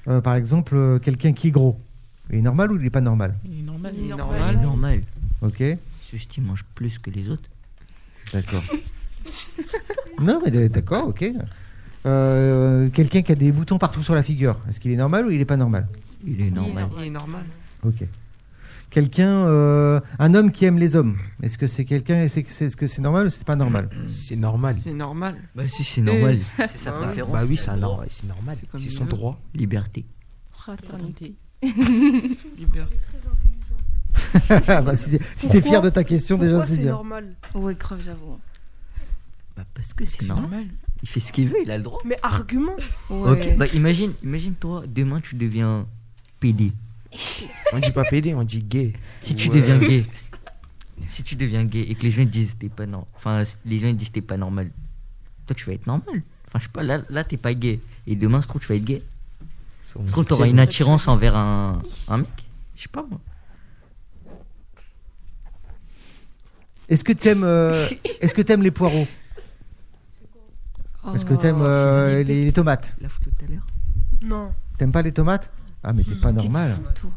Euh, par exemple, euh, quelqu'un qui est gros, il est normal ou il est pas normal Il est normal. Il est C'est normal. normal. Ok, Ceux qui mangent plus que les autres. d'accord. non, mais d- d'accord, ok. Euh, quelqu'un qui a des boutons partout sur la figure, est-ce qu'il est normal ou il est pas normal Il est normal. Il est normal. Ok. Quelqu'un, euh, un homme qui aime les hommes, est-ce que c'est quelqu'un, c'est- c'est- est-ce que c'est normal ou c'est pas normal C'est normal. C'est normal. Bah si, c'est normal. C'est sa préférence. Bah oui, c'est un normal. C'est normal. C'est comme C'est il son veut. droit. Liberté. Fraternité. Bah, Si t'es si t'es fier Pourquoi de ta question, déjà Pourquoi c'est c'est bien. normal Ouais, grave, j'avoue. Bah parce que c'est C'est normal. normal. Il fait ce qu'il veut, il a le droit. Mais argument Ouais. Ok, bah imagine, imagine toi, demain tu deviens PD. On dit pas pédé, on dit gay. Si tu Ouais. deviens gay, si tu deviens gay et que les gens ils disent t'es pas normal, enfin les gens ils disent t'es pas normal, toi tu vas être normal. Enfin je sais pas, là, là t'es pas gay et demain se trouve tu vas être gay. C'est- on Se trouve dit- t'auras c'est- une attirance envers un, un mec. Je sais pas moi. Est-ce que t'aimes, euh, est-ce que t'aimes les poireaux Oh. Est-ce que t'aimes euh, les- les tomates La photo tout à l'heure. Non. T'aimes pas les tomates Ah mais t'es pas Petite normal. photo.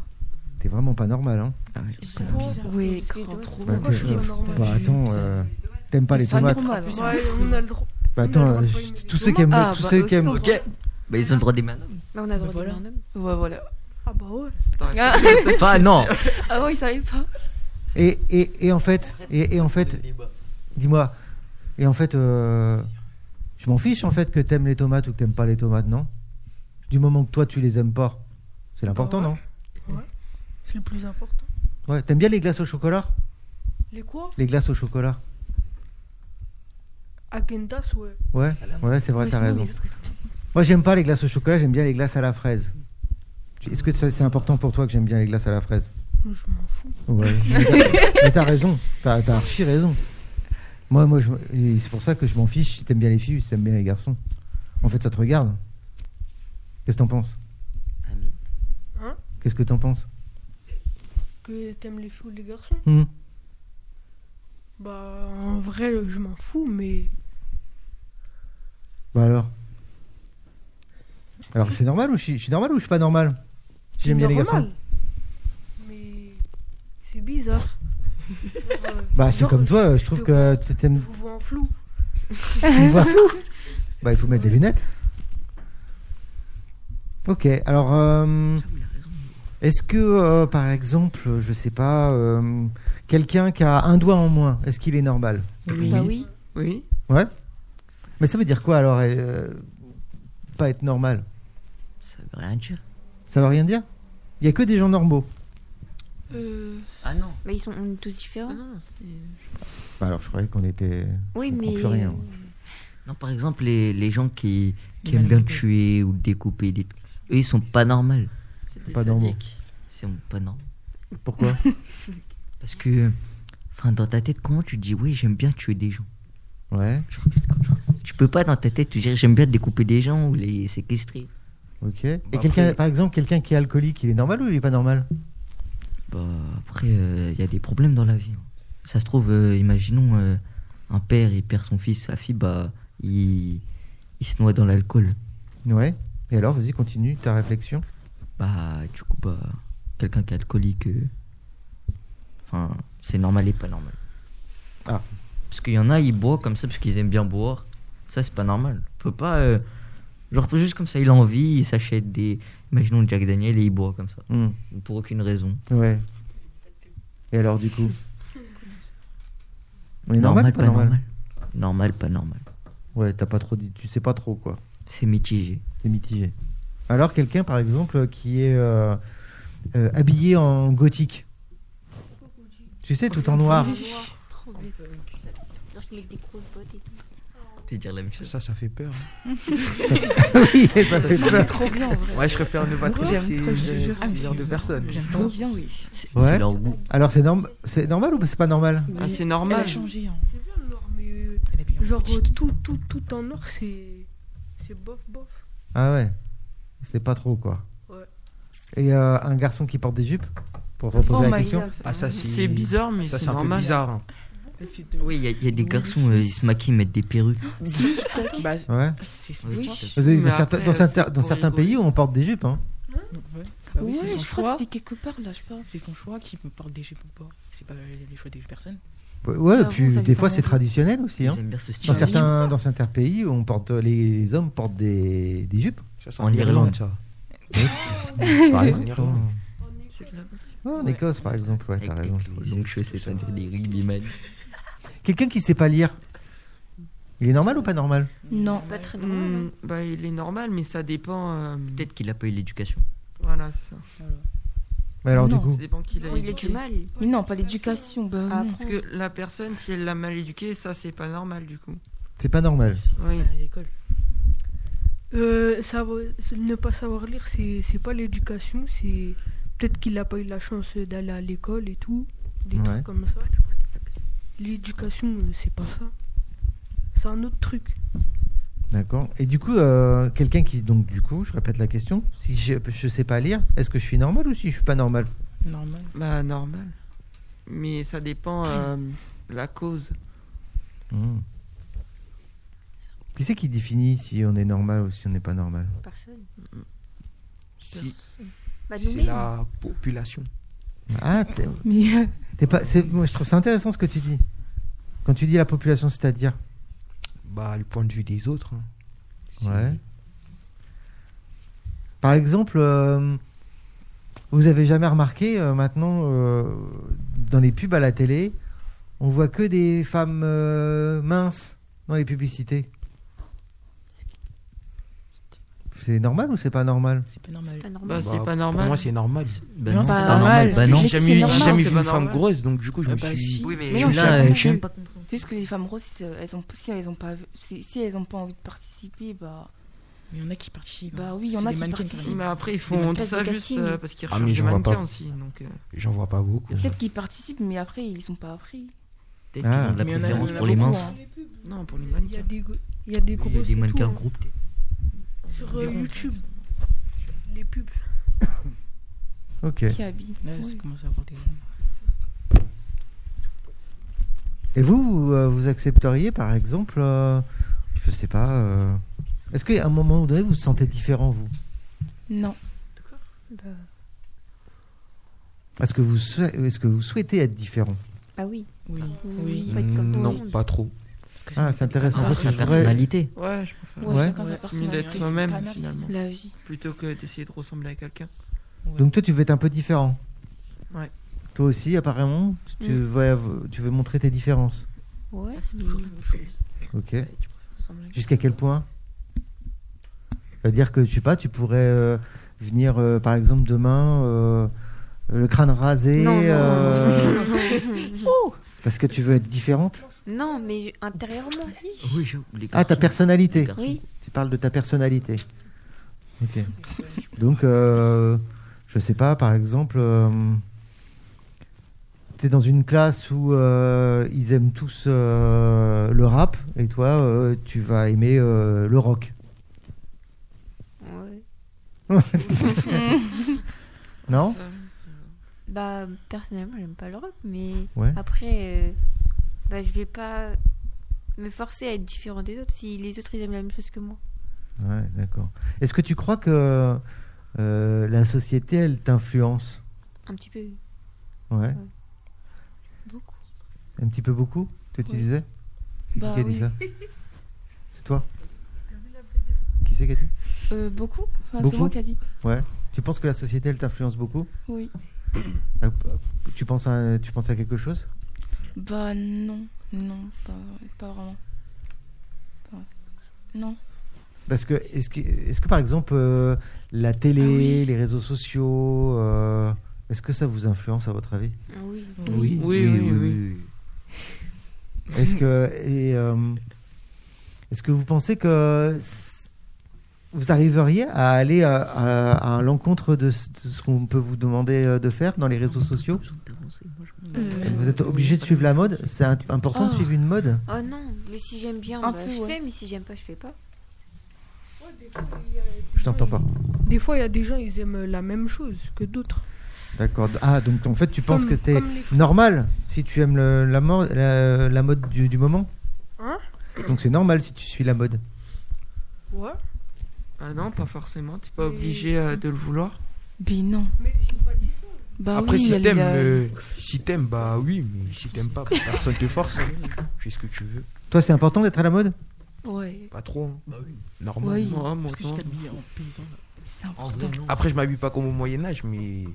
T'es vraiment pas normal. Hein. Ah ouais, C'est pas vraiment bizarre. Ouais, Parce qu'il grave. doit trop Bah, manger. t'es- C'est normal. bah attends, C'est- euh, t'aimes pas les C'est tomates normal. C'est Ouais, un on a le droit. Bah on a attends, le droit de euh, pas aimer les tous ceux qui aiment, tomates. Ah, tous bah, ceux eux qui aiment, aussi, Ok. Bah ils ont le droit des manœuvres. Bah, on a le droit voilà. de dire un homme. Ouais, voilà. Ah bah ouais. T'as- Enfin non. Avant, Ah, ils savaient pas. et, et, et en fait, et, et en fait, dis-moi, et en fait, euh, je m'en fiche en fait que t'aimes les tomates ou que t'aimes pas les tomates, non Du moment que toi tu les aimes pas, c'est l'important, Ah ouais. non C'est le plus important. Ouais. T'aimes bien les glaces au chocolat Les quoi Les glaces au chocolat. Agendas, ouais. Ouais, ouais, c'est vrai, Mais t'as sinon, raison. les autres, ils sont- Moi, j'aime pas les glaces au chocolat, j'aime bien les glaces à la fraise. Tu- Est-ce que ça- c'est important pour toi que j'aime bien les glaces à la fraise Moi, Je m'en fous. Ouais, mais t'as- mais t'as raison, t'as t'as archi raison. Moi, moi, je m- et c'est pour ça que je m'en fiche si t'aimes bien les filles ou si t'aimes bien les garçons. En fait, ça te regarde. Qu'est-ce que t'en penses Amine. Hein Qu'est-ce que t'en penses Que t'aimes les filles ou les garçons Hmm. Bah, en vrai, je m'en fous, mais. Bah alors Alors, c'est normal ou je suis, je suis normal ou je suis pas normal Si j'aime bien les garçons normal. Mais. C'est bizarre. Genre, euh, Bah, c'est genre, comme toi, je trouve te que vois- tu Je t'aimes. vous vois en flou. tu me vois flou. Bah, il faut mettre des lunettes. Ok, alors. euh, Est-ce que, euh, par exemple, je sais pas, euh, quelqu'un qui a un doigt en moins, est-ce qu'il est normal Bah oui. Oui. Ouais. Mais ça veut dire quoi alors euh, Pas être normal Ça veut rien dire. Ça veut rien dire Il y a que des gens normaux. Euh, Ah non. Bah, ils sont on est tous Ah différents. non, c'est- Bah, alors, je croyais qu'on était. oui, je comprends mais. plus rien, moi. Non par exemple les, les gens qui, qui Les aiment bien malades. tuer ou découper des trucs, eux ils sont pas normaux. C'était Pas normal. sadique. Ils sont pas normaux. Pourquoi Parce que, enfin, dans ta tête, comment tu dis, oui, j'aime bien tuer des gens Ouais, Tu peux pas, dans ta tête, te dire, j'aime bien découper des gens ou les séquestrer. ok. Et Bah, quelqu'un, après- par exemple, quelqu'un qui est alcoolique, il est normal ou il est pas normal Bah, après, il y a des problèmes dans la vie. hein. Ça se trouve, euh, imaginons, euh, un père, il perd son fils, sa fille, bah, il, il se noie dans l'alcool. Ouais. Et alors, vas-y, continue ta réflexion. Bah, du coup, bah, quelqu'un qui est alcoolique, euh, enfin, c'est normal et pas normal. Ah. Parce qu'il y en a, ils boivent comme ça parce qu'ils aiment bien boire. Ça, c'est pas normal. On peut pas. euh, genre, juste comme ça, il a envie, il s'achète des. Imaginons Jack Daniel et il boit comme ça. Hmm. Pour aucune raison. Ouais. Et alors, du coup On est normal, Normal, ou pas normal, Normal, pas normal. Ouais, t'as pas trop dit, tu sais pas trop quoi. C'est mitigé. C'est mitigé. Alors, quelqu'un, par exemple, qui est euh, euh, habillé en gothique. Tu sais, tout en noir. Lorsqu'il met des grosses bottes et tout. T'es dire la même chose. Ça, ça fait peur. hein. oui, ça fait C'est peur. trop bien, en vrai. Ouais, je préfère ne pas J'aime tricher ces trop, je jure. ces genres de personnes. J'aime Trop trop. bien, oui. C'est Ouais. c'est leur goût. Alors, c'est norm- c'est normal ou c'est pas normal Ah, c'est Elle a normal. changé. hein. C'est bien le noir, mais euh, Elle est habillée en genre petit. euh, tout, tout, tout en noir, c'est. C'est bof, bof. Ah ouais. C'est pas trop quoi. Ouais. Et euh, un garçon qui porte des jupes Pour reposer Oh la my question. god. Ah, ça, C'est bizarre, mais Ça, c'est c'est un peu normal. bizarre. hein. Elle fait de- Oui, il y, a- il y a des Oui, garçons, c'est- euh, ils se maquillent, mettent des perruques. Bah, Ouais. c'est son Oui. choix. Vous avez- dans Mais certains, après, dans euh, certains- c'est dans pour certains rigoler. pays où on porte des jupes. Hein. Donc, ouais. Bah oui, ouais, c'est son je crois choix. que c'était quelque part là, je pense. C'est son choix qui me porte des jupes ou pas. C'est pas les choix des personnes. Ouais, Ouais, et Ah, puis vous savez des pas fois non c'est plus. traditionnel aussi. Hein. J'aime bien ce style. Dans certains, dans certains pays où on porte, les hommes portent des, des jupes. Ça, c'est En Irlande. ça. Par En exemple. Irlande. Ouais, en Écosse par exemple, ouais, Avec- t'as avec raison. les longues cheveux, c'est-à-dire des rugbyman. Quelqu'un qui sait pas lire, il est normal ou pas normal Non. Pas très drôle. Hmm, bah, il est normal, mais ça dépend. euh, Peut-être qu'il a pas eu l'éducation. Voilà, c'est ça. Mais alors Non, du coup, Ça dépend qui l'a Non, Ah, il a éduqué. du mal. Mais non, pas l'éducation. Bah, Ah, non. Parce que la personne, si elle l'a mal éduqué, ça, c'est pas normal du coup. c'est pas normal. Oui. À l'école. Euh, savoir- ne pas savoir lire, c'est c'est pas l'éducation, c'est peut-être qu'il n'a pas eu la chance d'aller à l'école et tout, des Ouais. trucs comme ça. L'éducation, euh, c'est pas ça. C'est un autre truc. D'accord. Et du coup, euh, quelqu'un qui donc du coup, je répète la question, si je, je sais pas lire, est-ce que je suis normal ou si je suis pas normal Normal. Bah, normal. Mais ça dépend euh, la cause. Hmm. Qui c'est qui définit si on est normal ou si on n'est pas normal Personne. Si, Bah, C'est la population. Ah, t'es- Mais euh, t'es pas. c'est- Moi, je trouve ça intéressant ce que tu dis. Quand tu dis la population, c'est-à-dire. Bah, le point de vue des autres. hein. C'est- Ouais. Par exemple, euh, vous avez jamais remarqué euh, maintenant euh, dans les pubs à la télé, on voit que des femmes euh, minces dans les publicités. C'est normal ou c'est pas normal C'est pas normal. C'est pas normal. Bah, Bah, c'est pas Pour normal. moi, c'est normal. Bah Non, non, c'est c'est pas pas normal. normal. Bah Mais non. je- J'ai c'est jamais, j'ai normal. jamais C'est vu pas une femme normal. grosse, donc du coup, je Ah me bah suis. si. Oui, mais. Mais Je on suis s'en là, fout. euh, J'ai- j'aime pas c'est juste que les femmes roses, si elles ont, si elles ont pas, si, si elles ont pas envie de participer, bah, Mais il y en a qui participent. bah hein. oui, il y en C'est a des qui mannequins, participent. Si, mais après, ils C'est font des ça juste casting. euh, parce qu'ils Ah, recherchent mais des je vois mannequins pas. aussi. Donc, euh, J'en vois pas beaucoup. Peut-être qu'ils participent, mais après ils sont pas appris. Peut-être qu'ils ont de la Mais il y en a- il préférence y en a pour les beaucoup, minces. hein. non, pour les Il y a mannequins. des, go- il y a des Il grosses y a des et mannequins tout, hein, groupes. Ah, peut-être. sur euh, Des grosses. YouTube. Les pubs. Ok. Qui habille Là, Oui. ça commence à avoir des. Et vous, vous, euh, vous accepteriez par exemple, euh, je sais pas, euh, est-ce qu'à un moment donné vous vous sentez différent vous Non. Bah, Est-ce que vous, souhai- est-ce que vous souhaitez être différent bah oui. Oui. Oui. Oui. Faut être comme tout le Non, monde. pas trop. Parce que Ah, c'est intéressant. En fait, La je voudrais- personnalité. Ouais, je préfère. Ouais, Ouais. chacun sa Ouais, C'est mieux personnalité. d'être personnalité. soi-même Canard, finalement. La vie. Plutôt que d'essayer de ressembler à quelqu'un. Donc toi, tu veux être un peu différent. Ouais. Toi aussi, apparemment, tu, Mm. tu vas- tu veux montrer tes différences. Ouais. C'est toujours la même chose. Ok. Ouais, tu préfères ressembler à quelqu'un. Jusqu'à quel point C'est-à-dire que, je sais pas, tu pourrais euh, venir, euh, par exemple, demain, euh, le crâne rasé, Non, non, euh, non. parce que tu veux être différente Non, mais je- intérieurement. Oui, j'ai- les Ah, ta garçons. personnalité. Les garçons. Oui. Tu parles de ta personnalité. Ok. Donc, euh, je sais pas, par exemple, tu es dans une classe où euh, ils aiment tous euh, le rap et toi, euh, tu vas aimer euh, le rock. Ouais. non Ça, Bah, personnellement, j'aime pas l'Europe, mais Ouais. après, euh, bah, je vais pas me forcer à être différent des autres si les autres ils aiment la même chose que moi. Ouais, d'accord. Est-ce que tu crois que euh, la société, elle t'influence Un petit peu. Ouais. Beaucoup. Un petit peu beaucoup Toi, tu Oui. disais C'est Bah qui qui a dit oui. ça C'est toi Qui c'est qui a dit Euh, beaucoup Enfin, Beaucoup C'est moi qui a dit. Ouais. Tu penses que la société, elle t'influence beaucoup Oui. Euh, tu penses, à, tu penses à quelque chose Bah non, non, pas, pas vraiment. Pas- Non. Parce que, est-ce que, est que par exemple, euh, la Ah télé, les réseaux sociaux, euh, est-ce que ça vous influence à votre avis Ah Oui. Oui, oui, oui. Est-ce que et, euh, est-ce que vous pensez que s- vous arriveriez à aller à, à- à l'encontre de ce de ce qu'on peut vous demander euh, de faire dans les réseaux sociaux Euh, Vous êtes obligé de suivre la mode C'est un- important Ah. de Oh. suivre une mode Oh non, mais si j'aime bien, Un bah, peu, je ouais. fais, mais si j'aime pas, je fais pas. Ouais, des fois, il y a- Je t'entends pas. Des fois, il y a des gens, ils aiment euh, la même chose que d'autres. D'accord. Ah, donc en fait, tu penses Comme- que t'es comme les fous. normal si tu aimes le- la, mor- la, la mode du, du moment Hein Donc c'est normal si tu suis la mode. Ouais. Ah non, pas forcément. T'es pas obligé euh, de le vouloir. Mais bah, non. Mais j'ai pas dit ça. Bah Après, oui, si elle t'aimes, a- euh, si t'aimes, bah oui, mais si t'aimes pas, personne te force. Ah hein. Fais ce que tu veux. Toi, c'est important d'être à la mode Ouais, Pas trop. hein. Normal. oui, Moi, mon Parce que tu temps. t'habilles en paysan. là. c'est important. Après, je m'habille pas comme au Moyen-Âge, mais.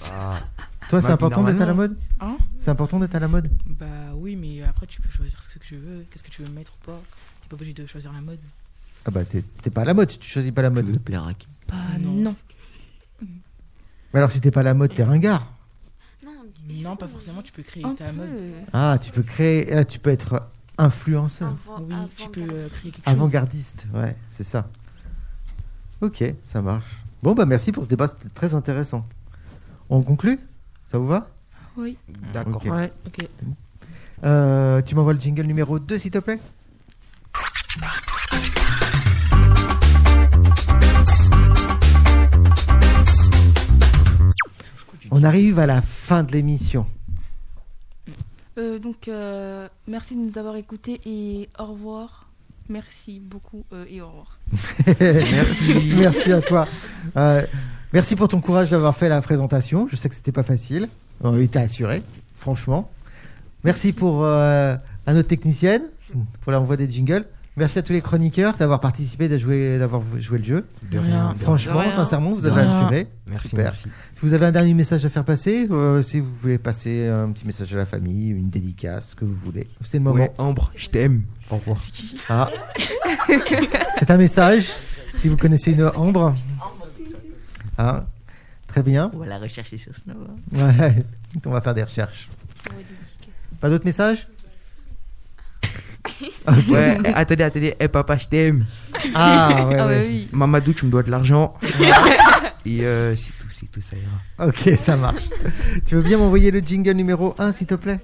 bah, Toi, c'est Ma vie important d'être à la normale. mode Hein C'est important d'être à la mode Bah oui, mais après, tu peux choisir ce que tu veux, qu'est-ce que tu veux mettre ou pas. T'es pas obligé de choisir la mode. Ah bah t'es t'es pas à la mode si tu choisis pas la Tu mode. veux plaire à qui Bah Non. non. Mais alors si t'es pas à la mode, t'es ringard. Non, du Non, coup, pas forcément, tu peux créer Un ta peu. mode. Ah tu peux créer, ah, tu peux être influenceur, avant- Oui, tu peux euh, avant-garde. créer quelque chose. avant-gardiste, ouais, c'est ça. Ok, ça marche. Bon bah merci pour ce débat, c'était très intéressant. On conclut Ça vous va D'accord. Ok. Ouais. Ok. Euh, Tu m'envoies le jingle numéro 2 s'il te plaît On arrive à la fin de l'émission. Euh, donc, euh, merci de nous avoir écoutés et au revoir. Merci beaucoup euh, et au revoir. merci. Merci à toi. Euh, merci pour ton courage d'avoir fait la présentation. Je sais que c'était pas facile. On était assuré, franchement. Merci pour euh, à notre technicienne pour l'envoi des jingles. Merci à tous les chroniqueurs d'avoir participé, d'avoir joué, d'avoir joué le jeu. De rien. de rien. Franchement, De rien. sincèrement, vous De avez rien. assuré. Merci, Super. merci. Si vous avez un dernier message à faire passer, euh, si vous voulez passer un petit message à la famille, une dédicace, ce que vous voulez, c'est le moment. Ouais, Ambre, je t'aime. Au revoir. Ah. C'est un message. Si vous connaissez une ambre. Ah. Très bien. On va la rechercher sur Snowball. Ouais. On va faire des recherches. Pas d'autres messages Ouais, eh, attendez, attendez. Eh, papa, je t'aime. Ah, ouais, ah bah ouais. oui. Mamadou, tu me dois de l'argent. Et euh, c'est tout, c'est tout, ça ira. Ok, ça marche. tu veux bien m'envoyer le jingle numéro 1, s'il te plaît